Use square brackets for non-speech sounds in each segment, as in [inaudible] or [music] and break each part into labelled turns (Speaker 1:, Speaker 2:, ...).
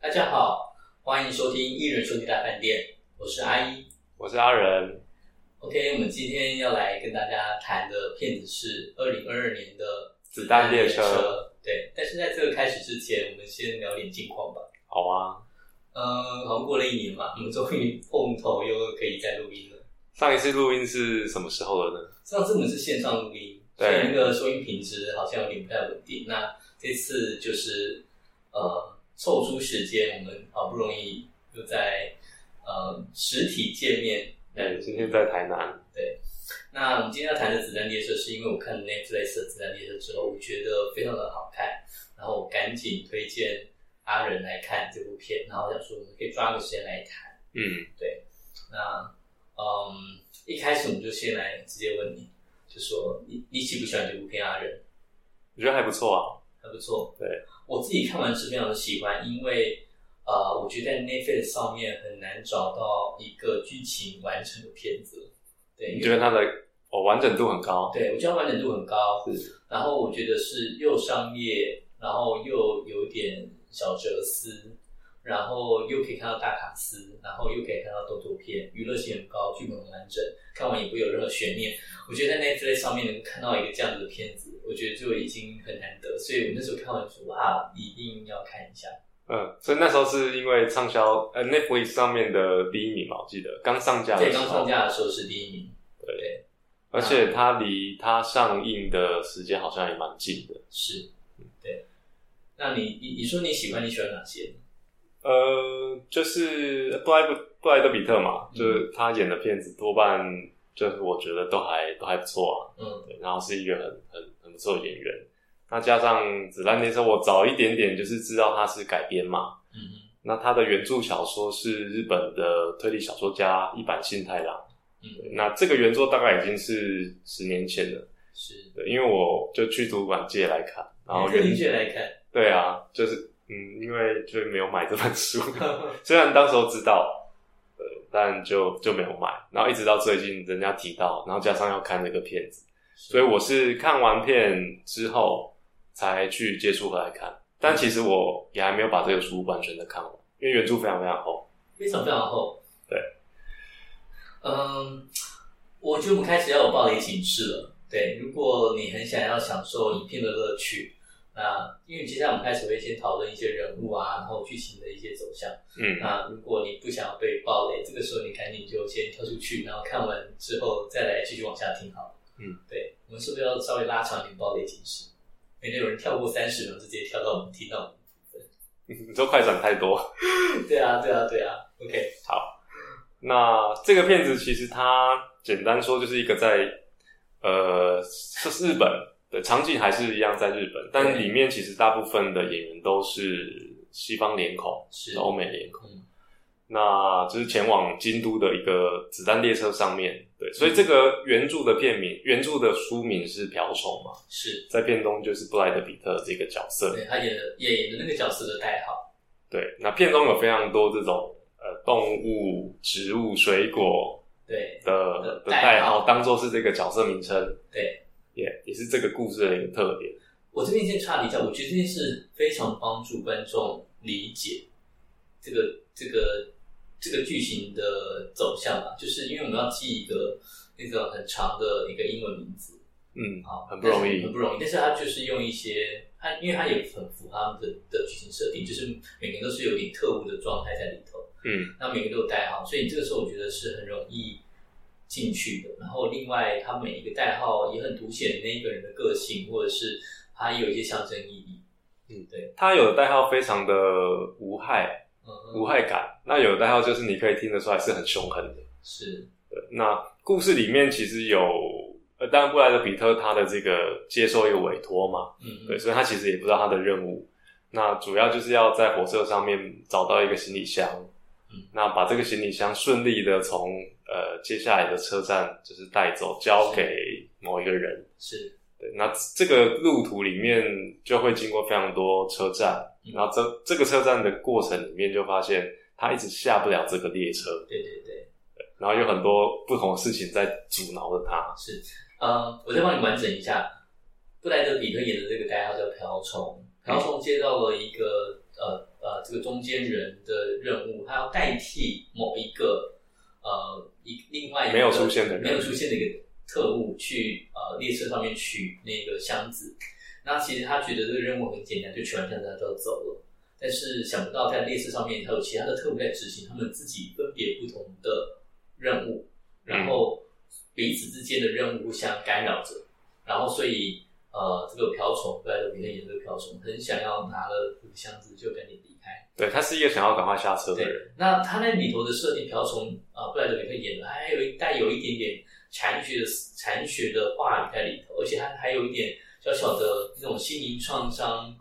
Speaker 1: 大家好，欢迎收听《艺人兄弟大饭店》，我是阿一。
Speaker 2: 我是阿仁，
Speaker 1: OK，我们今天要来跟大家谈的片子是二零二二年的《
Speaker 2: 子弹列车
Speaker 1: 对，但是在这个开始之前，我们先聊点近况吧。
Speaker 2: 好啊。
Speaker 1: 嗯，好像过了一年嘛，我们终于碰头又可以再录音了。
Speaker 2: 上一次录音是什么时候了呢？
Speaker 1: 上次我们是线上录音，所
Speaker 2: 对
Speaker 1: 以那个收音品质好像有点不太稳定。那这次就是呃，凑出时间，我们好不容易又在呃实体见面。
Speaker 2: 嗯，今天在台南。
Speaker 1: 那我们今天要谈的《子弹列车》，是因为我看 Netflix 的《子弹列车》之后，我觉得非常的好看，然后我赶紧推荐阿仁来看这部片，然后想说我们可以抓个时间来谈。
Speaker 2: 嗯，
Speaker 1: 那嗯，一开始我们就先来直接问你，就说你你喜不喜欢这部片？阿仁
Speaker 2: 我觉得还不错啊。
Speaker 1: 还不错，
Speaker 2: 对
Speaker 1: 我自己看完是非常的喜欢，因为呃，我觉得在 Netflix 上面很难找到一个剧情完整的片子，对，因
Speaker 2: 你
Speaker 1: 为
Speaker 2: 觉得它的哦完整度很高？
Speaker 1: 对，我觉得它完整度很高
Speaker 2: 是，
Speaker 1: 然后我觉得是又商业，然后又有点小哲思，然后又可以看到大卡司，然后又可以看到动作片，娱乐性很高，剧本很完整，看完也不会有任何悬念。我觉得在 Netflix 上面能看到一个这样子的片子，我觉得就已经很难得，所以我那时候看完说哇，一定要看一下。
Speaker 2: 嗯，所以那时候是因为畅销呃 Netflix 上面的第一名嘛，我记得刚上架的
Speaker 1: 对，
Speaker 2: 时候
Speaker 1: 刚上，架的时候是第一名，
Speaker 2: 而且它离它上映的时间好像也蛮近的。
Speaker 1: 是，对。那你你你说你喜欢你喜欢哪些？嗯
Speaker 2: 呃，就是布莱德布莱德比特嘛，
Speaker 1: 嗯
Speaker 2: 就是他演的片子多半就是我觉得都还都还不错啊。
Speaker 1: 嗯
Speaker 2: 对，然后是一个很很很不错的演员。那加上《子弹列车》，我早一点点就是知道它是改编嘛。
Speaker 1: 嗯嗯
Speaker 2: 那它的原著小说是日本的推理小说家一坂幸太郎。
Speaker 1: 嗯，
Speaker 2: 对那这个原作大概已经是十年前了，
Speaker 1: 是。
Speaker 2: 对，因为我就去图书馆借来看，然后
Speaker 1: 特
Speaker 2: 原
Speaker 1: 地去来看，
Speaker 2: 对啊，就是嗯，因为就没有买这本书，虽然当时候知道，呃，但就就没有买。然后一直到最近人家提到，然后加上要看这个片子。所以我是看完片之后才去接触回来看，但其实我也还没有把这个书完全的看完，因为原著非常非常厚。
Speaker 1: 非常非常厚。
Speaker 2: 对，
Speaker 1: 嗯，我觉得我们开始要有暴雷警示了。对，如果你很想要享受影片的乐趣，那因为接下来我们开始会先讨论一些人物啊，然后剧情的一些走向。
Speaker 2: 嗯，
Speaker 1: 那如果你不想要被暴雷，这个时候你赶紧就先跳出去，然后看完之后再来继续往下听好了。
Speaker 2: 嗯，
Speaker 1: 对，我们是不是要稍微拉长一点暴雷警示？免得有人跳过三十秒，直接跳到我们听到我们
Speaker 2: 你说快闪太多。
Speaker 1: [laughs] 对啊，对啊，对啊。OK，
Speaker 2: 那这个片子其实它简单说就是一个在呃是日本的场景还是一样在日本，但里面其实大部分的演员都是西方脸孔，
Speaker 1: 是
Speaker 2: 欧美脸孔。
Speaker 1: 嗯
Speaker 2: 那就是前往京都的一个子弹列车上面，对，所以
Speaker 1: 嗯
Speaker 2: 这个原著的片名、原著的书名是《瓢虫》嘛，
Speaker 1: 是，
Speaker 2: 在片中就是布莱德比特这个角色，
Speaker 1: 对他演的也演的那个角色的代号，
Speaker 2: 对，那片中有非常多这种呃动物、植物、水果
Speaker 1: 对
Speaker 2: 的的
Speaker 1: 的代
Speaker 2: 代
Speaker 1: 号
Speaker 2: 号，当做是这个角色名称，
Speaker 1: 对。
Speaker 2: 也、也是这个故事的一个特点，
Speaker 1: 我这边先插你一下，我觉得这件事非常帮助观众理解这个这个这个剧情的走向吧，就是因为我们要记一个那种很长的一个英文名字
Speaker 2: 嗯，
Speaker 1: 啊，
Speaker 2: 很不容易
Speaker 1: 但是很不容易，但是他就是用一些他，因为他也很符合他们的的剧情设定，就是每个人都是有点特务的状态在里头。
Speaker 2: 嗯，
Speaker 1: 那每个都有代号，所以这个时候我觉得是很容易进去的。然后另外，它每一个代号也很凸显那一个人的个性，或者是它有一些象征意义。
Speaker 2: 它有的代号非常的无害，
Speaker 1: 嗯，
Speaker 2: 无害感，那有的代号就是你可以听得出来是很凶狠的。
Speaker 1: 是
Speaker 2: 那故事里面其实有，呃，当然布莱德比特他的这个接受一个委托嘛，
Speaker 1: 嗯，
Speaker 2: 对，所以他其实也不知道他的任务。那主要就是要在火车上面找到一个行李箱，
Speaker 1: 嗯
Speaker 2: 那把这个行李箱顺利的从呃接下来的车站就是带走，交给某一个人。
Speaker 1: 是
Speaker 2: 对，那这个路途里面就会经过非常多车站，
Speaker 1: 嗯
Speaker 2: 然后这这个车站的过程里面就发现他一直下不了这个列车，
Speaker 1: 对对对，
Speaker 2: 然后有很多不同的事情在阻挠着他。
Speaker 1: 是。呃，我再帮你完整一下，
Speaker 2: 嗯
Speaker 1: 布莱德比特演的这个代号叫瓢虫，瓢虫接到了一个呃呃这个中间人的任务，他要代替某一个呃一另外一个
Speaker 2: 没有出现的人
Speaker 1: 没有出现的一个特务去呃列车上面取那个箱子。那其实他觉得这个任务很简单，就取完箱子他就要走了。但是想不到在列车上面还有其他的特务在执行他们自己分别不同的任务，然后彼此之间的任务互相干扰着，然后所以呃，这个瓢虫，对，我们演这个瓢虫，很想要拿了这个箱子就赶紧离开。
Speaker 2: 对，他是一个想要赶快下车的人，
Speaker 1: 对，那他那里头的设定，瓢虫啊，布莱德比特演的，还有一带有一点点禅学的禅学的话语在里头，而且他还有一点小小的那种心灵创伤，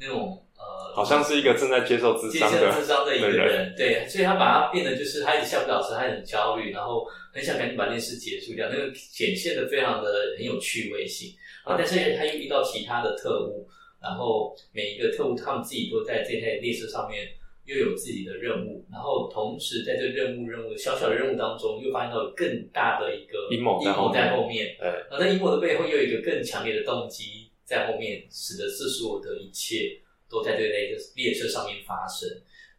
Speaker 1: 那种呃，
Speaker 2: 好像是一个正在接受智
Speaker 1: 接
Speaker 2: 商
Speaker 1: 近
Speaker 2: 的
Speaker 1: 智商的一个
Speaker 2: 的
Speaker 1: 人，对，所以他把他变得就是他一直下不了车，他很焦虑，然后很想赶紧把这件事结束掉，那个显现的非常的很有趣味性啊，但是他又遇到其他的特务，然后每一个特务他们自己都在这台列车上面又有自己的任务，然后同时在这任务任务小小的任务当中，又发现到有更大的一个
Speaker 2: 阴谋在
Speaker 1: 阴
Speaker 2: 后
Speaker 1: 谋
Speaker 2: 面
Speaker 1: 在后面，
Speaker 2: 呃，
Speaker 1: 而那阴谋的背后又有一个更强烈的动机在后面，使得这所有的一切都在这个列车列车上面发生。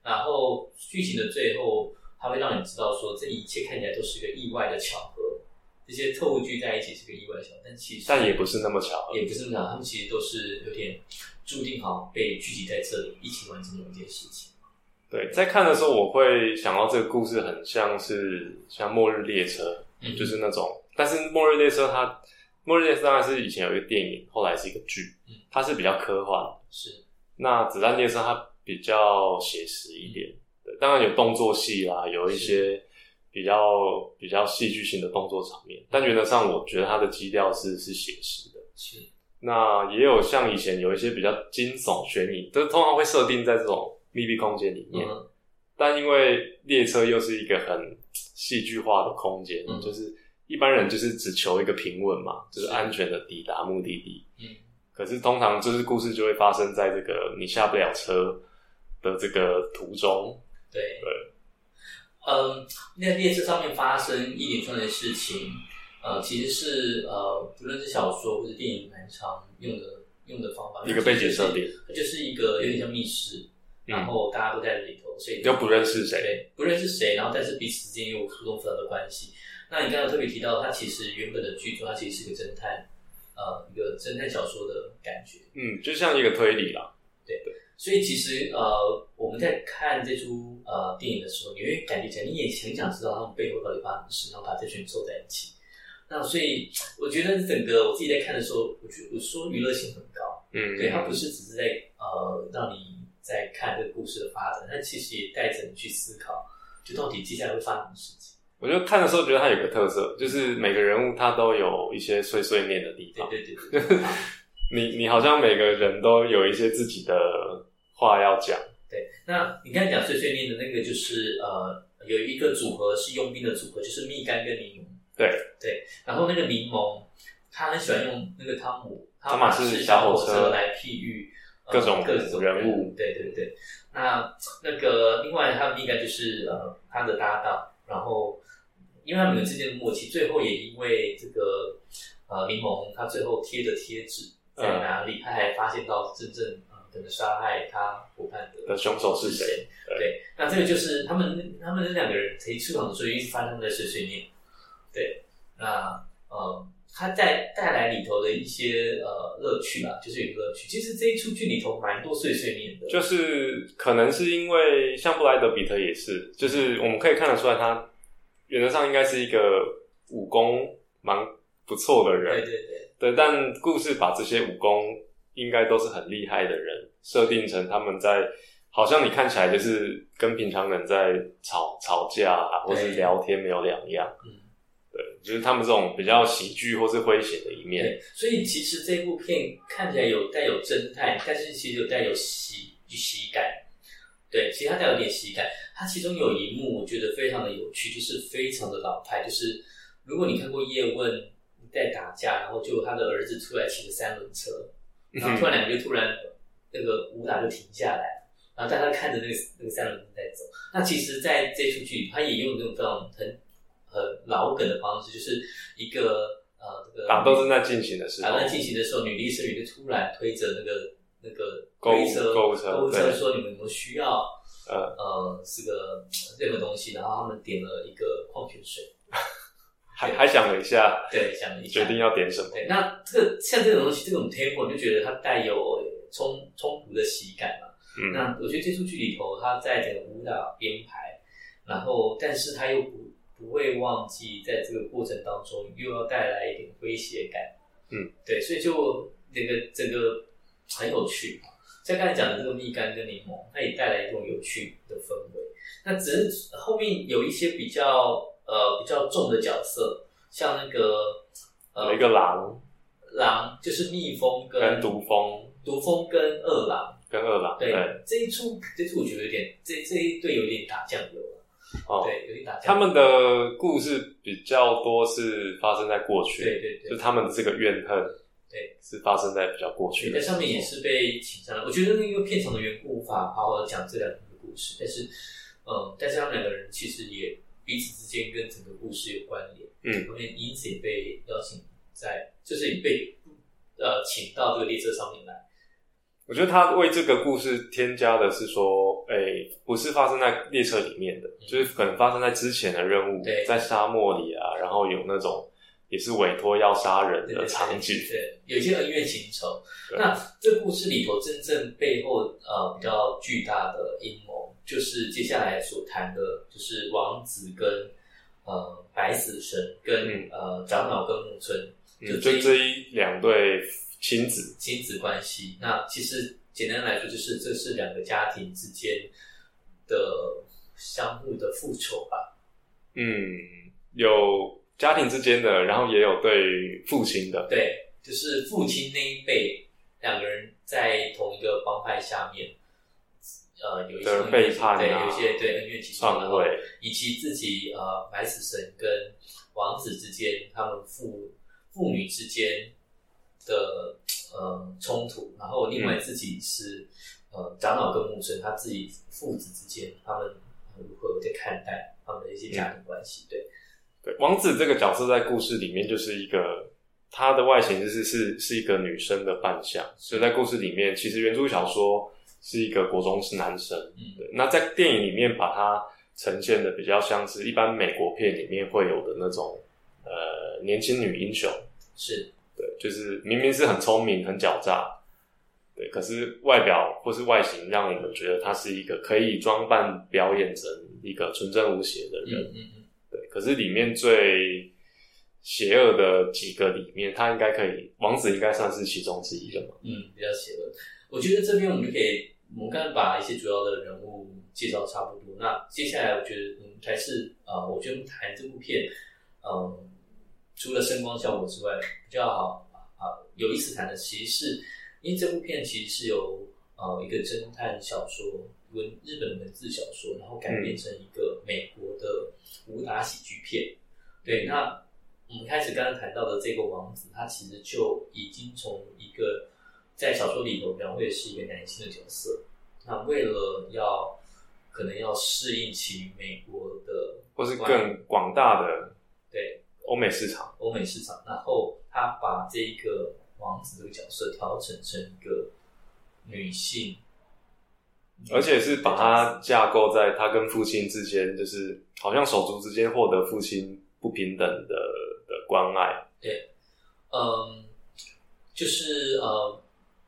Speaker 1: 然后剧情的最后，它会让你知道说，这一切看起来都是一个意外的巧合。这些特务聚在一起是个意外的巧合，但其实
Speaker 2: 但也不是那么巧合
Speaker 1: 也不是那么巧合，他们其实都是有点注定好像被聚集在这里，一起完成某一件事情。
Speaker 2: 对，在看的时候，我会想到这个故事很像是像《末日列车》，
Speaker 1: 嗯
Speaker 2: 就是那种，但是《末日列车》它，《末日列车》当然是以前有一个电影，后来是一个剧
Speaker 1: 嗯，
Speaker 2: 它是比较科幻。
Speaker 1: 是
Speaker 2: 那《子弹列车》它比较写实一点，
Speaker 1: 嗯
Speaker 2: 对，当然有动作戏啦，有一些比较比较戏剧性的动作场面，但原则上我觉得它的基调是是写实的。
Speaker 1: 是，
Speaker 2: 那也有像以前有一些比较惊悚悬疑，都通常会设定在这种密闭空间里面。
Speaker 1: 嗯
Speaker 2: 但因为列车又是一个很戏剧化的空间，
Speaker 1: 嗯
Speaker 2: 就是一般人就是只求一个平稳嘛，就是
Speaker 1: 是
Speaker 2: 安全的抵达目的地。
Speaker 1: 嗯，
Speaker 2: 可是通常就是故事就会发生在这个你下不了车的这个途中。
Speaker 1: 对，嗯，那列车上面发生一连串的事情，呃，其实是呃，不论是小说或是电影，蛮常用的用的方法。
Speaker 2: 一个背景设定，
Speaker 1: 它就是一个有点像密室，然后大家都在里头，所以
Speaker 2: 又不认识谁
Speaker 1: 对，不认识谁，然后但是彼此之间又有疏通复杂的关系。那你刚刚特别提到，它其实原本的剧作，它其实是个侦探，呃，一个侦探小说的感觉。
Speaker 2: 嗯，就像一个推理啦。
Speaker 1: 所以其实呃，我们在看这出呃电影的时候，你会感觉起来，你也很想知道他们背后到底发生什么事，然后把这群人凑在一起。那所以我觉得整个我自己在看的时候，我觉得我说娱乐性很高，
Speaker 2: 嗯，
Speaker 1: 对，它不是只是在呃让你在看这个故事的发展，但其实也带着你去思考，就到底接下来会发生什么事情。
Speaker 2: 我就看的时候觉得它有个特色，就是每个人物他都有一些碎碎念的地
Speaker 1: 对
Speaker 2: 方。
Speaker 1: 对对对对
Speaker 2: 你你好像每个人都有一些自己的话要讲。
Speaker 1: 对。那你刚才讲碎碎念的那个，就是呃有一个组合是佣兵的组合，就是蜜柑跟柠檬。
Speaker 2: 对，
Speaker 1: 然后那个柠檬，他很喜欢用那个汤姆
Speaker 2: 汤马士
Speaker 1: 士
Speaker 2: 小
Speaker 1: 小
Speaker 2: 火
Speaker 1: 火
Speaker 2: 车
Speaker 1: 来譬喻、呃
Speaker 2: 各种
Speaker 1: 各种
Speaker 2: 人物
Speaker 1: 对对对，那那个另外他们应该就是呃他的搭档，然后因为他们之间的默契，最后也因为这个呃柠檬他最后贴的贴纸在哪里，他还发现到真正呃可能杀害他伙伴的
Speaker 2: 的呃凶手是谁
Speaker 1: 谁？对，那这个就是他们他们那两个人可以出场的时候，一直发现他们在碎碎念。对，那呃，它带带来里头的一些呃乐趣啦，就是有一个乐趣。其实这一出剧里头蛮多碎碎念的，
Speaker 2: 就是可能是因为像布莱德比特也是，就是我们可以看得出来，他原则上应该是一个武功蛮不错的
Speaker 1: 对
Speaker 2: 人，
Speaker 1: 对对，
Speaker 2: 对，但故事把这些武功应该都是很厉害的人设定成他们在，好像你看起来就是跟平常人在吵吵架啊，或是
Speaker 1: 对
Speaker 2: 聊天没有两样，
Speaker 1: 嗯，
Speaker 2: 对，就是他们这种比较喜剧或是诙谐的一面，
Speaker 1: 对。所以其实这部片看起来有带有侦探，但是其实有带有喜喜感。对，其实它带有点喜感。它其中有一幕我觉得非常的有趣，就是非常的老派，就是如果你看过叶问在打架，然后就他的儿子出来骑着三轮车，
Speaker 2: 嗯
Speaker 1: 然后突然两个就突然那个武打就停下来，然后大家看着那个那个三轮车在走。那其实，在这出剧，他也用那种非常很很老梗的方式，就是一个呃这个
Speaker 2: 啊打斗正在进行的时候
Speaker 1: 啊打，斗进行的时候，女力士女就突然推着那个那个
Speaker 2: 购物
Speaker 1: 推车
Speaker 2: 购物车
Speaker 1: 购物车
Speaker 2: 对
Speaker 1: 说你们有没有需要
Speaker 2: 呃
Speaker 1: 呃这个任何东西，然后他们点了一个矿泉水，
Speaker 2: 还还想了一下，
Speaker 1: 对，想了一下
Speaker 2: 决定要点什么。
Speaker 1: 对，那这个像这种东西，这种 table 你就觉得它带有冲冲突的喜感嘛。
Speaker 2: 嗯，
Speaker 1: 那我觉得这出剧里头，它在整个舞蹈编排，然后但是它又不不会忘记，在这个过程当中又要带来一点诙谐感。
Speaker 2: 嗯，
Speaker 1: 对，所以就那个整个很有趣。啊像刚才讲的这个蜜柑跟柠檬，它也带来一种有趣的氛围。那只是后面有一些比较呃比较重的角色，像那个
Speaker 2: 有
Speaker 1: 呃
Speaker 2: 一个狼
Speaker 1: 狼就是蜜蜂跟
Speaker 2: 跟毒蜂
Speaker 1: 毒蜂跟二狼，
Speaker 2: 跟二狼，
Speaker 1: 对
Speaker 2: 对，
Speaker 1: 这一出这一出我觉得有点这这一对有点打酱油了，
Speaker 2: 哦，
Speaker 1: 对，有点打
Speaker 2: 他
Speaker 1: 酱油。
Speaker 2: 们的故事比较多是发生在过去，
Speaker 1: 对对
Speaker 2: 就
Speaker 1: 对，
Speaker 2: 他们的这个怨恨，
Speaker 1: 对，
Speaker 2: 是发生在比较过去
Speaker 1: 对
Speaker 2: 的
Speaker 1: 在
Speaker 2: 时候。
Speaker 1: 上面也是被请上来，我觉得因为片场的缘故，无法好好地讲这两个人的故事，但是嗯，但是他们两个人其实也彼此之间跟整个故事有关联，
Speaker 2: 嗯，
Speaker 1: 后面因此也被邀请在，就是也被呃请到这个列车上面来。
Speaker 2: 我觉得他为这个故事添加的是说，诶、不是发生在列车里面的，就是可能发生在之前的任务
Speaker 1: 嗯对，
Speaker 2: 在沙漠里啊，然后有那种也是委托要杀人
Speaker 1: 对
Speaker 2: 的场景，
Speaker 1: 对，有一些恩怨情仇。
Speaker 2: 对
Speaker 1: 那这故事里头真正背后呃比较巨大的阴谋，就是接下来所谈的，就是王子跟呃白死神跟、
Speaker 2: 嗯
Speaker 1: 呃长老跟木村
Speaker 2: 嗯，
Speaker 1: 就
Speaker 2: 就这一两对亲子，
Speaker 1: 亲子关系。那其实简单来说，就是这是两个家庭之间的相互的复仇吧。
Speaker 2: 嗯，有家庭之间的，然后也有对于父亲的，
Speaker 1: 对，就是父亲那一辈两个人在同一个帮派下面，呃，有一些
Speaker 2: 的背叛啊
Speaker 1: 对，有一些对恩怨情仇，然
Speaker 2: 篡
Speaker 1: 后
Speaker 2: 位，
Speaker 1: 以及自己呃白死神跟王子之间，他们父父女之间的呃冲突，然后另外自己是、呃长老跟木村他自己父子之间，他们如何在看待他们的一些家庭关系，对。
Speaker 2: 对，王子这个角色在故事里面就是一个，她的外形就是是是一个女生的扮相，所以在故事里面，其实原著小说是一个国中是男生，
Speaker 1: 嗯
Speaker 2: 对，那在电影里面把它呈现的比较像是一般美国片里面会有的那种，呃，年轻女英雄，
Speaker 1: 是，
Speaker 2: 对，就是明明是很聪明、很狡诈，对，可是外表或是外形让我们觉得她是一个可以装扮表演成一个纯真无邪的
Speaker 1: 嗯
Speaker 2: 人。
Speaker 1: 嗯嗯，
Speaker 2: 对，可是里面最邪恶的几个里面，他应该可以，王子应该算是其中之一了嘛。
Speaker 1: 嗯，比较邪恶。我觉得这边我们就可以，我们刚才把一些主要的人物介绍差不多。那接下来我觉得，嗯，才是啊、呃我觉得我们谈这部片，嗯、除了声光效果之外，比较好啊、有意思谈的，其实是因为这部片其实是由呃一个侦探小说文日本文字小说，然后改编成一个美国的武打喜剧片。对，那我们开始刚刚谈到的这个王子，他其实就已经从一个在小说里头描绘是一个男性的角色，那为了要可能要适应起美国的
Speaker 2: 或是更广大的
Speaker 1: 对
Speaker 2: 欧美市场，
Speaker 1: 欧美市场，然后他把这一个王子这个角色调整成一个女性，嗯
Speaker 2: 而且是把它架构在他跟父亲之间，就是好像手足之间获得父亲不平等的的关爱。
Speaker 1: 嗯，就是呃，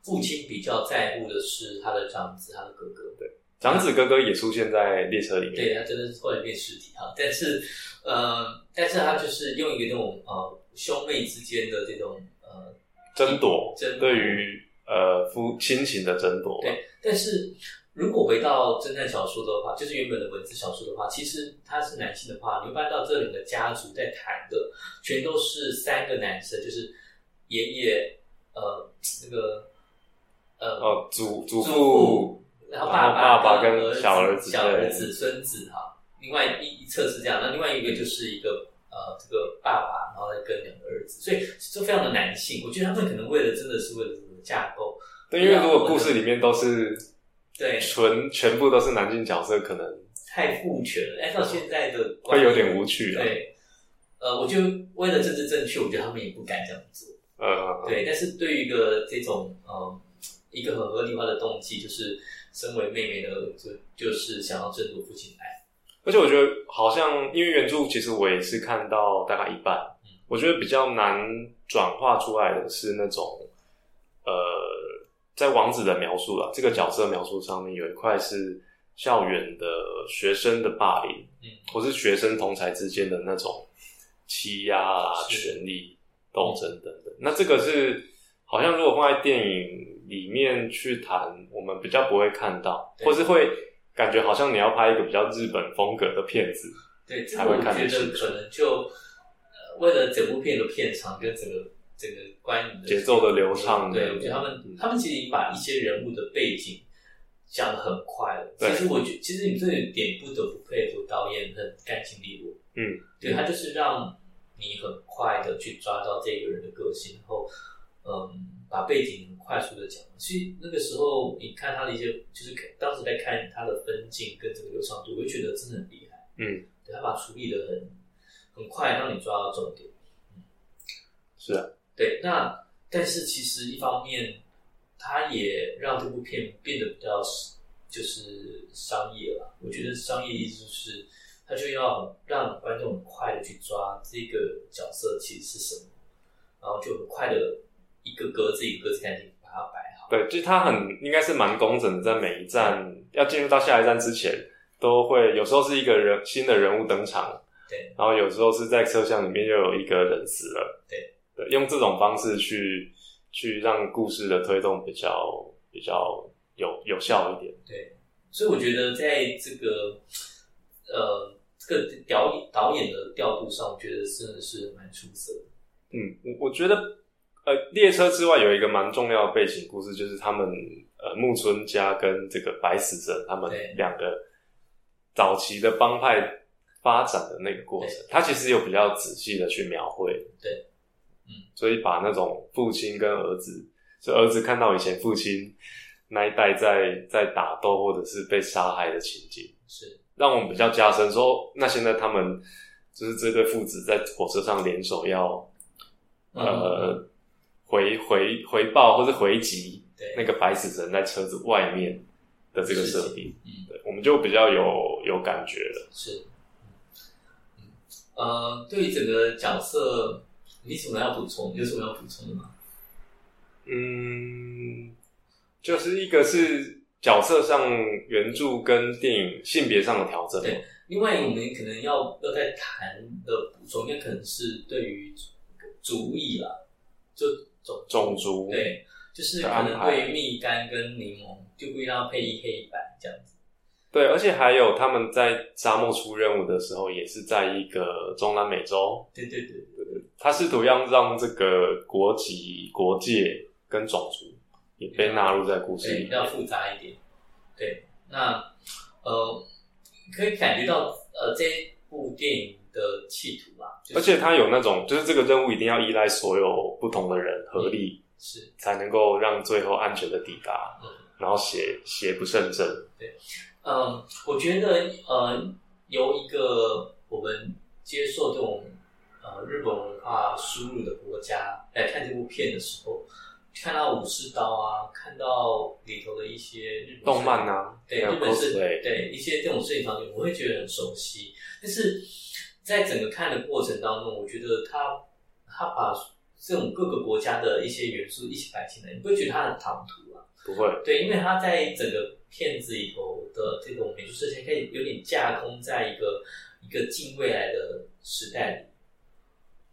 Speaker 1: 父亲比较在乎的是他的长子，他的哥哥，对，
Speaker 2: 长子哥哥也出现在列车里面，
Speaker 1: 对他真的是后来变尸体啊，但是呃，但是他就是用一个那种呃兄妹之间的这种呃
Speaker 2: 争夺
Speaker 1: 争
Speaker 2: 对于呃夫亲情的争夺吧。
Speaker 1: 对但是如果回到侦探小说的话，就是原本的文字小说的话，其实它是男性的话，你会发现到这两个家族在谈的全都是三个男生，就是爷爷，呃，那个，呃，
Speaker 2: 哦，祖祖
Speaker 1: 祖
Speaker 2: 父
Speaker 1: 父，然后
Speaker 2: 然后
Speaker 1: 爸
Speaker 2: 爸爸
Speaker 1: 跟
Speaker 2: 跟小儿
Speaker 1: 子、
Speaker 2: 子
Speaker 1: 小儿
Speaker 2: 对
Speaker 1: 子、孙子哈。另外一一侧是这样，那另外一个就是一个呃，这个爸爸，然后再跟两个儿子，所以就非常的男性。我觉得他们可能为了真的是为了这个架构，
Speaker 2: 对，因为
Speaker 1: 啊
Speaker 2: 如果故事里面都是
Speaker 1: 对，
Speaker 2: 纯全部都是男性角色，可能
Speaker 1: 太父权了。按照现在的观念
Speaker 2: 会有点无趣啊。
Speaker 1: 对，呃，我就为了政治正确，我觉得他们也不敢这样做。
Speaker 2: 呃，
Speaker 1: 对，但是对于一个这种呃一个很合理化的动机，就是身为妹妹的，就就是想要争夺父亲的爱。
Speaker 2: 而且我觉得好像因为原著其实我也是看到大概一半，我觉得比较难转化出来的是那种呃，在王子的描述啦，这个角色描述上面有一块是校园的学生的霸凌，
Speaker 1: 嗯
Speaker 2: 或是学生同才之间的那种欺压啊、
Speaker 1: 是
Speaker 2: 权力斗争等等。那这个是好像如果放在电影里面去谈，我们比较不会看到，
Speaker 1: 对
Speaker 2: 或是会感觉好像你要拍一个比较日本风格的片子，
Speaker 1: 对，这
Speaker 2: 才
Speaker 1: 个
Speaker 2: 会
Speaker 1: 我
Speaker 2: 看得
Speaker 1: 觉得
Speaker 2: 清楚
Speaker 1: 可能就、呃、为了整部片的片长跟整个整个观影的
Speaker 2: 节奏的流畅
Speaker 1: 对，我觉得他们、
Speaker 2: 嗯
Speaker 1: 他们其实已经把一些人物的背景讲得很快了。
Speaker 2: 对
Speaker 1: 其实我觉，其实你这一点不得不佩服导演很干净利落。
Speaker 2: 嗯，
Speaker 1: 对他就是让你很快的去抓到这个人的个性，然后嗯，把背景很快速的讲完。所以那个时候你看他的一些，就是看当时在看他的分镜跟整个流畅度，我就觉得真的很厉害。
Speaker 2: 嗯，
Speaker 1: 对他把它处理的很很快，让你抓到重点。
Speaker 2: 是啊，
Speaker 1: 对，那但是其实一方面，它也让这部片变得比较就是商业了。我觉得商业意思就是，它就要很让观众很快的去抓这个角色其实是什么，然后就很快的一个格子一个格子赶紧把它摆好。
Speaker 2: 对，就是它很应该是蛮工整的，在每一站要进入到下一站之前，都会有时候是一个人新的人物登场，
Speaker 1: 对，
Speaker 2: 然后有时候是在车厢里面又有一个人死了，
Speaker 1: 对
Speaker 2: 对，用这种方式去去让故事的推动比较比较有有效一点，
Speaker 1: 所以我觉得在这个呃这个导演导演的调度上，我觉得真的是蛮出色的。
Speaker 2: 嗯，我我觉得呃，列车之外有一个蛮重要的背景故事，就是他们呃木村家跟这个白死神他们
Speaker 1: 对
Speaker 2: 两个早期的帮派发展的那个过程
Speaker 1: 对，
Speaker 2: 他其实有比较仔细的去描绘，
Speaker 1: 对，
Speaker 2: 嗯，所以把那种父亲跟儿子，就儿子看到以前父亲那一代在在打斗或者是被杀害的情景。
Speaker 1: 是，
Speaker 2: 让我们比较加深说，那现在他们就是这对父子在火车上联手要
Speaker 1: 嗯
Speaker 2: 呃回回回报或是回击
Speaker 1: 对，
Speaker 2: 那个白死神在车子外面的这个设
Speaker 1: 事
Speaker 2: 定，
Speaker 1: 嗯。
Speaker 2: 对，我们就比较有有感觉了。
Speaker 1: 是，嗯，呃，对于整个角色，你有什么要补充？有什么要补充的吗？
Speaker 2: 嗯，就是一个是角色上原著跟电影性别上的调整嘛，
Speaker 1: 对另外，我们可能要要再谈的补充，应该可能是对于主义啦，就种
Speaker 2: 种族
Speaker 1: 对，就是
Speaker 2: 的
Speaker 1: 可
Speaker 2: 安
Speaker 1: 能
Speaker 2: 排
Speaker 1: 对于蜜柑跟柠檬就不一定要配一黑一白这样子。
Speaker 2: 对，而且还有他们在沙漠出任务的时候，也是在一个中南美洲，
Speaker 1: 对对对，
Speaker 2: 他试图要让这个国籍、国界跟种族也被纳入在故事
Speaker 1: 对，
Speaker 2: 里
Speaker 1: 比较
Speaker 2: 面。
Speaker 1: 复杂一点。对，那呃，可以感觉到呃这一部电影的企图啦，就是
Speaker 2: 而且他有那种，就是这个任务一定要依赖所有不同的人合力，
Speaker 1: 是
Speaker 2: 才能够让最后安全的抵达
Speaker 1: 嗯。
Speaker 2: 然后邪邪不胜正，
Speaker 1: 嗯，我觉得呃，由一个我们接受这种呃日本文化输入的国家来看这部片的时候，看到武士刀啊，看到里头的一些日本
Speaker 2: 动漫
Speaker 1: 啊，
Speaker 2: 啊，
Speaker 1: 对
Speaker 2: 还有
Speaker 1: 日本是
Speaker 2: cosplay，
Speaker 1: 对一些这种摄影场景，我会觉得很熟悉。但是在整个看的过程当中，我觉得他他把这种各个国家的一些元素一起摆进来，你不会觉得它很唐突啊？
Speaker 2: 不会，
Speaker 1: 对，因为他在整个片子里头的这种美术设计，可以有点架空在一个一个近未来的时代里。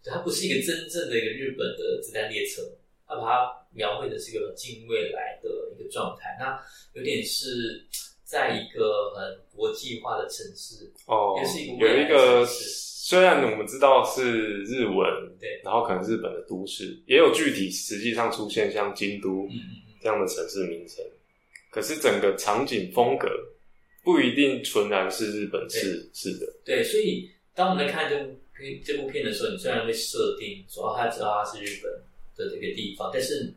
Speaker 1: 对，它不是一个真正的一个日本的子弹列车，它把它描绘的是一个近未来的一个状态。那有点是在一个很国际化的城市，
Speaker 2: 哦
Speaker 1: 也是一，个
Speaker 2: 有
Speaker 1: 未
Speaker 2: 一
Speaker 1: 来的
Speaker 2: 个
Speaker 1: 城市
Speaker 2: 虽然我们知道是日文，
Speaker 1: 对，
Speaker 2: 然后可能日本的都市也有具体实际上出现像京都，
Speaker 1: 嗯嗯嗯，
Speaker 2: 这样的城市名称，可是整个场景风格不一定纯然是日本式式的，
Speaker 1: 对，所以当我们在看这部片这部片的时候，你虽然会设定说啊他知道他是日本的这个地方，但是，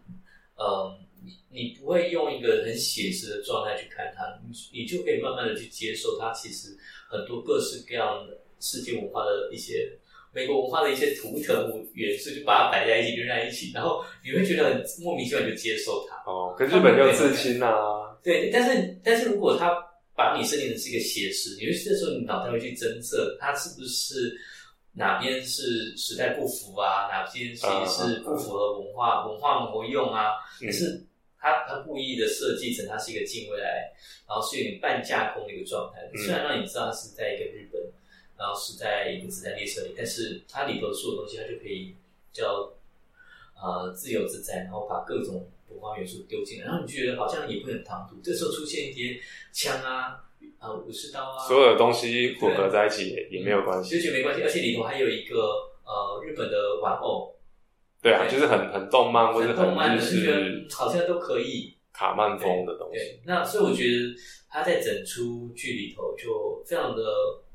Speaker 1: 嗯，你你不会用一个很写实的状态去看它，你你就可以慢慢的去接受它其实很多各式各样的世界文化的一些美国文化的一些图腾元素，就把它摆在一起，扔在一起，然后你会觉得很莫名其妙你就接受它。
Speaker 2: 哦，可是日本就自清啊，
Speaker 1: 对，但是但是如果他把你设定的是一个写实，你会这时候你脑袋会去侦测它是不是哪边是时代不符啊，哪边其实是不符合文化、文化挪用啊，可
Speaker 2: 嗯
Speaker 1: 是他他故意的设计成它是一个近未来，然后是有点半架空的一个状态。
Speaker 2: 嗯
Speaker 1: 虽然让你知道它是在一个日本，然后是在一个子弹列车里，但是它里头所有东西，它就可以比较呃自由自在，然后把各种文化元素丢进来，然后你就觉得好像也不会很唐突。这时候出现一些枪啊、啊武士刀啊，
Speaker 2: 所有的东西混合在一起也也没有关
Speaker 1: 就
Speaker 2: 系。
Speaker 1: 觉得没关系。而且里头还有一个呃日本的玩偶，
Speaker 2: 对啊，就是很很动漫或者
Speaker 1: 很动漫
Speaker 2: 很日
Speaker 1: 的，就觉
Speaker 2: 式
Speaker 1: 得好像都可以。
Speaker 2: 卡漫风的东西。
Speaker 1: 对，那所以我觉得他在整出剧里头就非常的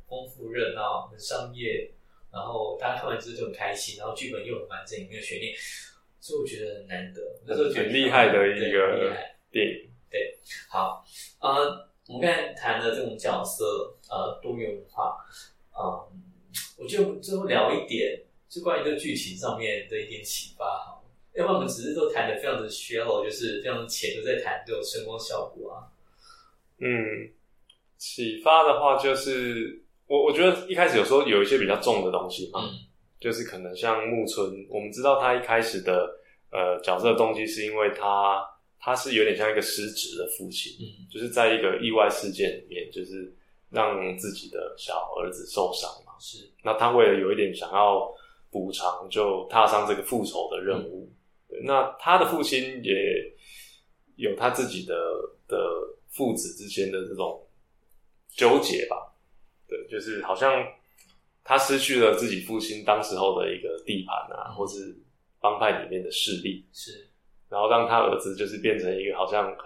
Speaker 1: 丰富热闹，很商业，然后大家看完之后就很开心，然后剧本又很完整，也没有悬念，所以我觉得很难得，那时候觉得
Speaker 2: 很厉害的一个
Speaker 1: 对很厉害
Speaker 2: 电影
Speaker 1: 好，呃，我们刚才谈了这种角色，呃，多元文化，嗯、我觉得我们最后聊一点，就关于这个剧情上面的一点启发，好了，要不然我们只是都谈的非常的 shallow，就是非常浅，就在谈这种声光效果啊。
Speaker 2: 嗯，启发的话就是我我觉得一开始有时候有一些比较重的东西嘛，
Speaker 1: 嗯
Speaker 2: 就是可能像木村，我们知道他一开始的呃角色动机是因为他他是有点像一个失职的父亲，
Speaker 1: 嗯，
Speaker 2: 就是在一个意外事件里面，就是让自己的小儿子受伤嘛。
Speaker 1: 是，
Speaker 2: 那他为了有一点想要补偿，就踏上这个复仇的任务。对，那他的父亲也有他自己的的父子之间的这种纠结吧。对，就是好像他失去了自己父亲当时候的一个地盘啊，或是帮派里面的势力，
Speaker 1: 是，
Speaker 2: 然后让他儿子就是变成一个好像很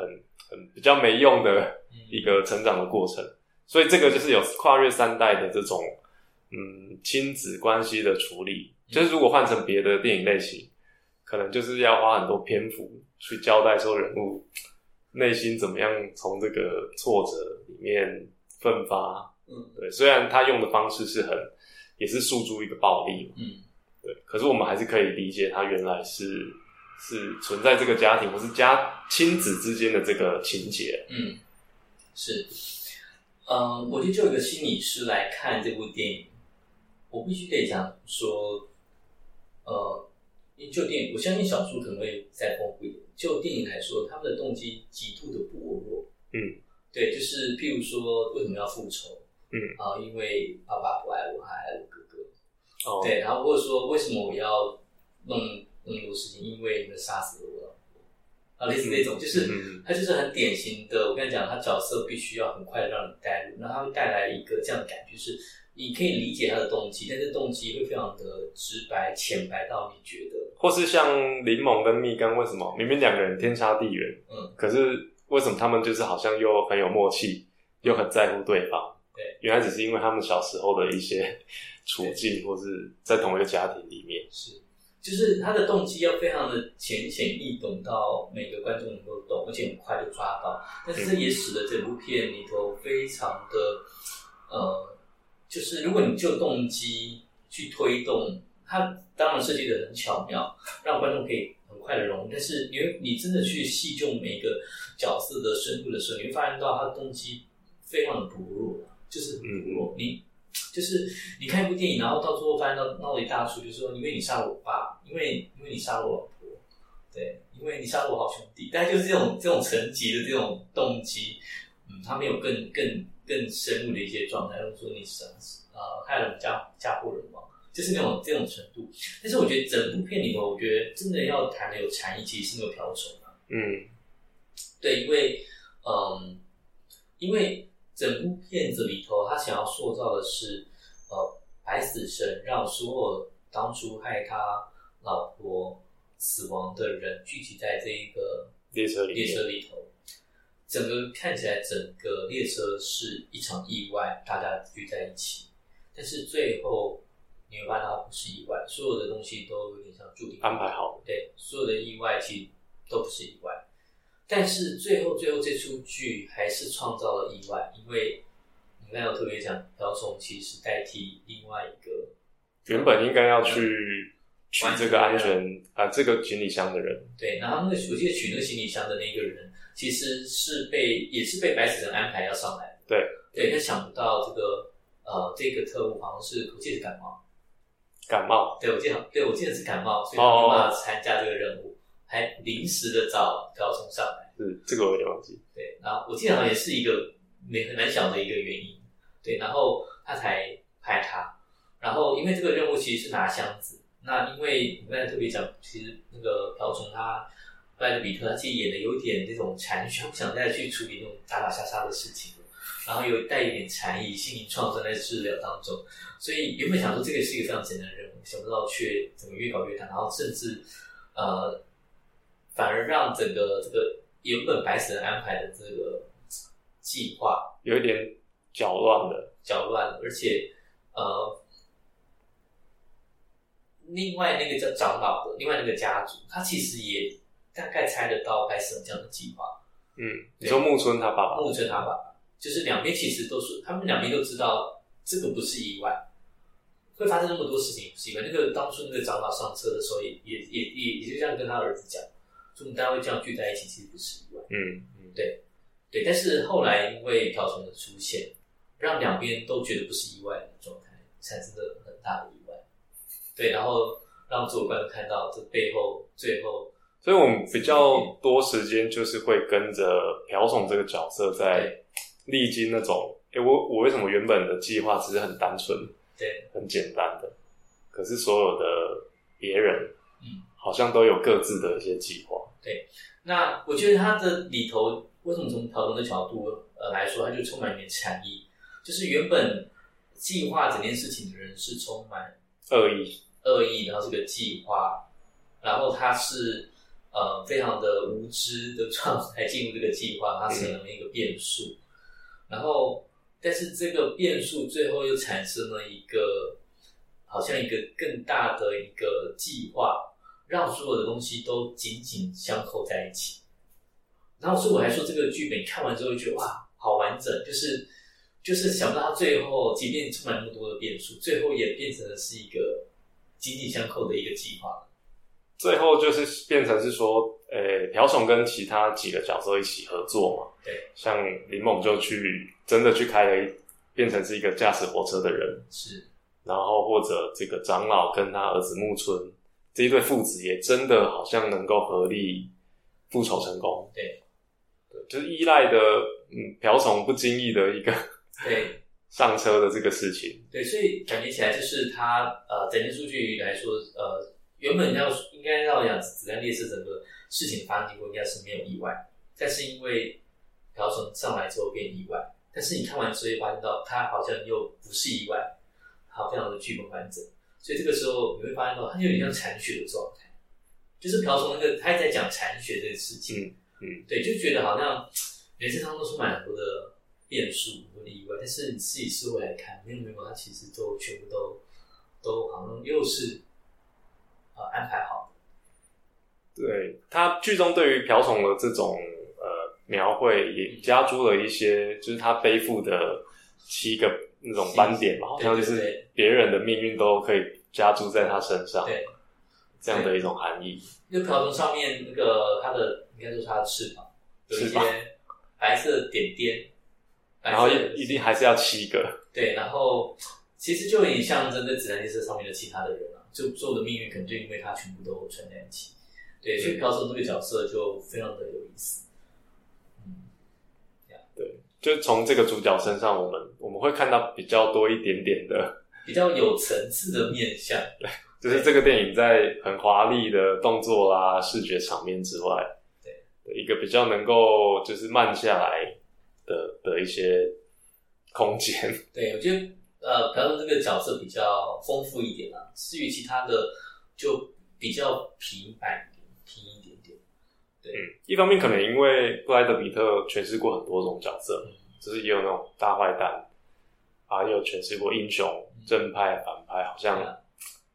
Speaker 2: 很比较没用的
Speaker 1: 嗯
Speaker 2: 一个成长的过程。所以这个就是有跨越三代的这种嗯亲子关系的处理，
Speaker 1: 嗯
Speaker 2: 就是如果换成别的电影类型，可能就是要花很多篇幅去交代说人物内心怎么样从这个挫折里面奋发。
Speaker 1: 嗯
Speaker 2: 对，虽然他用的方式是很也是诉诸一个暴力嘛，
Speaker 1: 嗯
Speaker 2: 对，可是我们还是可以理解他原来是。是存在这个家庭或是家亲子之间的这个情节，
Speaker 1: 嗯，是，嗯，我觉得就有一个心理师来看这部电影，我必须得讲说，呃，因为就电影，我相信小说可能会再丰富一点。就电影来说，他们的动机极度的薄弱。
Speaker 2: 嗯，
Speaker 1: 对，就是譬如说，为什么要复仇？
Speaker 2: 嗯
Speaker 1: 啊、因为爸爸不爱我，还爱我哥哥。
Speaker 2: 哦
Speaker 1: 对，然后或者说为什么我要弄那么多事情？因为你们杀死了我老婆啊，类似那种，就是
Speaker 2: 嗯
Speaker 1: 他就是很典型的。我跟你讲，他角色必须要很快地让你带入，然后他会带来一个这样的感觉，就是你可以理解他的动机，但是动机会非常的直白、浅白到你觉得
Speaker 2: 或是像柠檬跟蜜柑，为什么明明两个人天差地远，
Speaker 1: 嗯，
Speaker 2: 可是为什么他们就是好像又很有默契，又很在乎对方？
Speaker 1: 对，
Speaker 2: 原来只是因为他们小时候的一些处境，或是在同一个家庭里面。
Speaker 1: 是，就是他的动机要非常的浅显易懂到每个观众能够懂，而且很快就抓到。但是这也使得整部片里头非常的，呃，就是如果你就动机去推动，它当然设计的很巧妙，让观众可以很快的融入。但是你会你真的去细究每个角色的深入的时候，你会发现到他的动机非常的薄弱，就是很薄弱。你就是你看一部电影，然后到最后发现到闹了一大出，就是说因为你杀了我爸，因为因为你杀了我老婆，对，因为你杀了我好兄弟，但就是这种这种层级的这种动机，嗯，他没有更更更深入的一些状态，就是说你杀呃害了我们家家破人亡，就是那种这种程度。但是我觉得整部片里头，我觉得真的要谈的有禅意，其实是没有瓢虫。
Speaker 2: 嗯
Speaker 1: 对，因为嗯，因为整部片子里头，他想要塑造的是呃白死神让所有当初害他老婆死亡的人聚集在这一个
Speaker 2: 列车里面
Speaker 1: 列车里头。整个看起来，整个列车是一场意外，大家聚在一起。但是最后你会发现，它不是意外，所有的东西都有点像注定
Speaker 2: 安排好的，
Speaker 1: 对，所有的意外其实都不是意外，但是最后最后这出剧还是创造了意外，因为我们刚才有特别讲，瓢虫其实代替另外一个呃
Speaker 2: 原本应该要去
Speaker 1: 嗯
Speaker 2: 取这个安全啊，这个行李箱的人，
Speaker 1: 对，然后那个我记得取那个行李箱的那个人，其实是被也是被白子人安排要上来的。
Speaker 2: 对，
Speaker 1: 对，他想不到这个呃，这个特务好像是我记得是感冒，
Speaker 2: 感冒
Speaker 1: 对我记得对我记得是感冒，所以他
Speaker 2: 哦
Speaker 1: 没有办法参加这个任务，还临时的找高中上来。
Speaker 2: 是这个我有点忘记。
Speaker 1: 对，然后我记得好像也是一个没很难想的一个原因，对，然后他才派他，然后因为这个任务其实是拿箱子，那因为我刚才特别讲，其实那个朴虫他布莱德比特他其实演的有点那种禅修，不想再去处理那种打打杀杀的事情了，然后有带一点禅意，心灵创伤在治疗当中，所以原本想说这个是一个非常简单的任务，想不到却怎么越搞越大，然后甚至呃，反而让整个这个原本白神安排的这个计划
Speaker 2: 有一点搅乱了。
Speaker 1: 搅乱了，而且呃，另外那个叫长老的另外那个家族，他其实也大概猜得到白神这样的计划，
Speaker 2: 嗯，你说木村他爸爸，
Speaker 1: 木村他爸爸，就是两边其实都是，他们两边都知道这个不是意外，会发生那么多事情不是意外。那个当初那个长老上车的时候也，也也也也就这样跟他儿子讲，说我们大家会这样聚在一起，其实不是意外。
Speaker 2: 嗯嗯，
Speaker 1: 对，但是后来因为瓢虫的出现，让两边都觉得不是意外的状态，产生了很大的意外。对，然后让主观看到这背后最后
Speaker 2: 所以我们比较多时间就是会跟着朴总这个角色在
Speaker 1: 对
Speaker 2: 历经那种，诶、我我为什么原本的计划只是很单纯、
Speaker 1: 对
Speaker 2: 很简单的，可是所有的别人，
Speaker 1: 嗯，
Speaker 2: 好像都有各自的一些计划。
Speaker 1: 那我觉得它的里头为什么从调整的角度呃来说，它就充满一点禅意，就是原本计划整件事情的人是充满
Speaker 2: 恶意，
Speaker 1: 恶意，然后这个计划，然后他是呃非常的无知的状态进入这个计划，它成了一个变数，然后但是这个变数最后又产生了一个好像一个更大的一个计划，让所有的东西都紧紧相扣在一起。然后所以我还说这个剧本看完之后就觉得哇，好完整，就是就是想不到它最后，即便充满那么多的变数，最后也变成了是一个紧紧相扣的一个计划。
Speaker 2: 最后就是变成是说，诶、朴总跟其他几个角色一起合作嘛。
Speaker 1: 对，
Speaker 2: 像林猛就去真的去开了一，变成是一个驾驶火车的人，
Speaker 1: 是
Speaker 2: 然后或者这个长老跟他儿子木村这一对父子也真的好像能够合力复仇成功。
Speaker 1: 对
Speaker 2: 对，就是依赖的，嗯，朴总不经意的一个
Speaker 1: 对，
Speaker 2: 上车的这个事情，
Speaker 1: 对，所以感觉起来就是它呃，整件数据来说，呃，原本要应该要讲子弹列车整个事情的发生经过应该是没有意外，但是因为朴成上来之后变意外，但是你看完之后发现到它好像又不是意外，好非常的剧本完整，所以这个时候你会发现到它有点像残血的状态，就是朴成那个他一直在讲残血这个事情，
Speaker 2: 嗯嗯
Speaker 1: 对，就觉得好像人生当中充满很多的变数、很多的意外，但是你自己事后来看，没有没有，它其实都全部都都好像又是呃安排好
Speaker 2: 对他剧中对于朴总的这种呃描绘，也加诸了一些就是他背负的七个那种斑点嘛，好
Speaker 1: 对
Speaker 2: 像就
Speaker 1: 对
Speaker 2: 是
Speaker 1: 对
Speaker 2: 别人的命运都可以加诸在他身上，
Speaker 1: 对，
Speaker 2: 这样的一种含义。
Speaker 1: 那个瓢虫上面那个它的应该说是它的翅膀有一
Speaker 2: 翅
Speaker 1: 些
Speaker 2: 膀
Speaker 1: 白色点点，白
Speaker 2: 然
Speaker 1: 色
Speaker 2: 后
Speaker 1: 的
Speaker 2: 一一定还是要七个，
Speaker 1: 对，然后其实就有点象征在指南列车上面的其他的人啊，就所有的命运可能就因为他全部都串在一起。对，所以瓢虫这个角色就非常的有意思。嗯，
Speaker 2: 就从这个主角身上，我们我们会看到比较多一点点的，
Speaker 1: 比较有层次的面相。
Speaker 2: 就是这个电影在很华丽的动作啦、视觉场面之外，
Speaker 1: 对
Speaker 2: 一个比较能够就是慢下来的的一些空间。
Speaker 1: 对，我觉得呃，朴正这个角色比较丰富一点啦，至于其他的就比较平板一点平一点点。
Speaker 2: 一方面可能因为布莱德比特诠释过很多种角
Speaker 1: 嗯
Speaker 2: 色，就是也有那种大坏蛋，啊，也有诠释过英雄、正派、反派，好像
Speaker 1: 对啊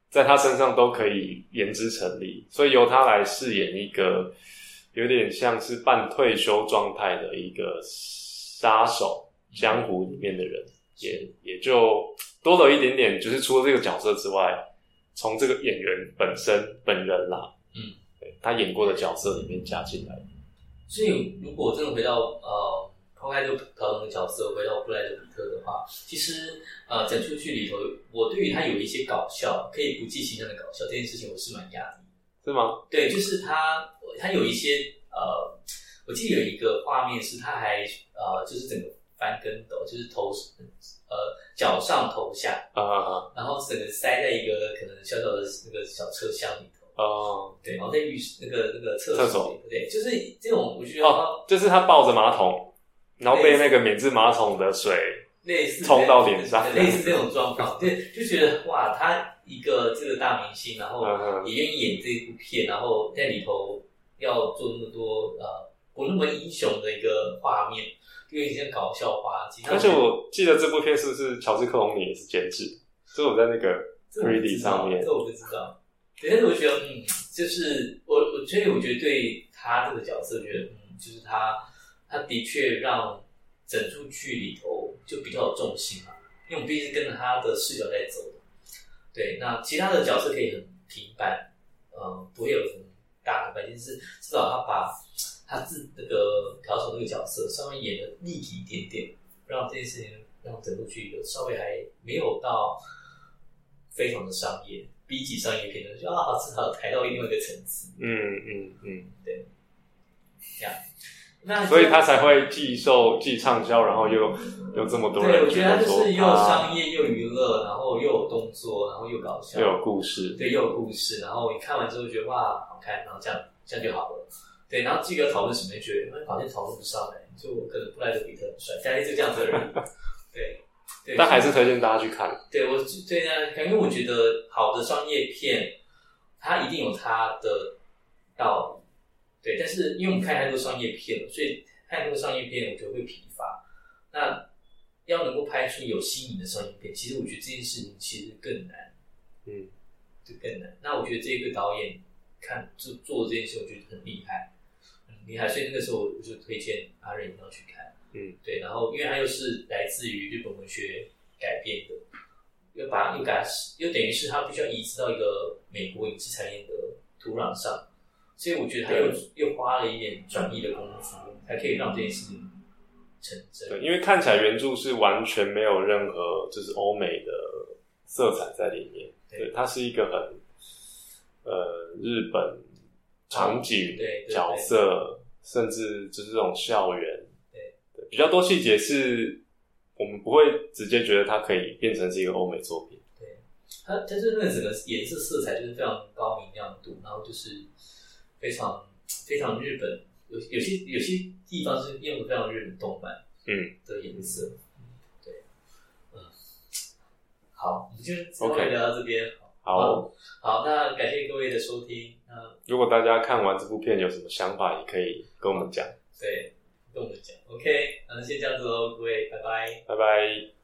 Speaker 2: 在他身上都可以言之成理，所以由他来饰演一个有点像是半退休状态的一个杀手，江湖里面的人，也也就多了一点点，就是除了这个角色之外，从这个演员本身本人啦，
Speaker 1: 嗯
Speaker 2: 对，他演过的角色里面加进来。
Speaker 1: 所以如果真的回到呃抛开这个讨论的角色，回到布莱德比特的话，其实呃整出剧里头，我对于他有一些搞笑，可以不计形象的搞笑这件事情，我是蛮讶异。
Speaker 2: 是吗？
Speaker 1: 对，就是他他有一些呃，我记得有一个画面是他还呃就是整个翻跟斗，就是头呃脚上头下，
Speaker 2: 啊啊
Speaker 1: 然后整个塞在一个可能小小的那个小车厢里头。
Speaker 2: 啊！哦
Speaker 1: 对，然后在浴室那个那个厕
Speaker 2: 厕所
Speaker 1: 里，对，就是这种，我觉得
Speaker 2: 哦，就是他抱着马桶，然后被那个免治马桶的水，
Speaker 1: 类似
Speaker 2: 冲到脸上
Speaker 1: 类似这种状况，对，就觉得哇，他一个这个大明星，然后
Speaker 2: 嗯嗯
Speaker 1: 也愿意演这一部片，然后在里头要做那么多呃不那么英雄的一个画面，就有点像搞笑滑稽。
Speaker 2: 而且我记得这部片是不是乔治克隆尼也是监制？所以我在那个
Speaker 1: 这我不
Speaker 2: Creedy
Speaker 1: 知道
Speaker 2: 上面
Speaker 1: 这我不知道。对，但是我觉得，嗯，就是我，我所以我觉得对他这个角色，我觉得，嗯，就是他，他的确让整出剧里头就比较有重心嘛，因为我们毕竟是跟着他的视角在走的。对，那其他的角色可以很平凡，嗯，不会有什么大的改变，但是至少他把他自那个朴成那个角色稍微演的立体一点点，让这件事情让整部剧有稍微还没有到非常的商业 B 级商业片的，就啊至少抬到另外一个层次
Speaker 2: 嗯嗯嗯，
Speaker 1: 这样。那
Speaker 2: 所以他才会既售既畅销，然后又又这么多
Speaker 1: 对，
Speaker 2: 人
Speaker 1: 我觉得他
Speaker 2: 觉
Speaker 1: 就
Speaker 2: 说
Speaker 1: 是又
Speaker 2: 他
Speaker 1: 商业又娱乐，然后又有动作，然后又搞笑，
Speaker 2: 又有故事，
Speaker 1: 对，又有故事，然后你看完之后觉得哇好看，然后这样这样就好了。对，然后这个讨论什么，就觉得哎好像讨论不上来，就可能布莱德比特很帅，大概就这样子而已。对，对，
Speaker 2: 但还是推荐大家去看。
Speaker 1: 对我是对啊，因为我觉得好的商业片，它一定有它的道理。对，但是因为我们看太多商业片了，所以看太多商业片，我觉得会疲乏。那要能够拍出有新颖的商业片，其实我觉得这件事情其实更难，
Speaker 2: 嗯，
Speaker 1: 就更难。那我觉得这个导演看做做这件事，我觉得很厉害，很厉害。所以那个时候我就推荐阿仁一定要去看。
Speaker 2: 嗯，
Speaker 1: 对，然后因为它又是来自于日本文学改编的，又把又改，又等于是它必须要移植到一个美国影视产业的土壤上，所以我觉得它又又花了一点转移的功夫，才可以让这件事情成
Speaker 2: 对，
Speaker 1: 真。
Speaker 2: 因为看起来原著是完全没有任何就是欧美的色彩在里面，
Speaker 1: 对
Speaker 2: 对，它是一个很呃日本场景、
Speaker 1: 对对
Speaker 2: 角色，甚至就是这种校园，
Speaker 1: 对
Speaker 2: 对，比较多细节是我们不会直接觉得它可以变成是一个欧美作品，
Speaker 1: 它它就是那整个颜色色彩就是非常高明亮度，然后就是非常非常日本，有有些有些地方是用的非常日本动漫
Speaker 2: 嗯
Speaker 1: 的颜色，对，嗯，好，我们就稍微聊到这边。
Speaker 2: 好。
Speaker 1: 好好，那感谢各位的收听，那
Speaker 2: 如果大家看完这部片有什么想法，也可以跟我们讲。
Speaker 1: 对跟我们讲，OK，那就先这样子喽，各位，拜拜。
Speaker 2: 拜拜。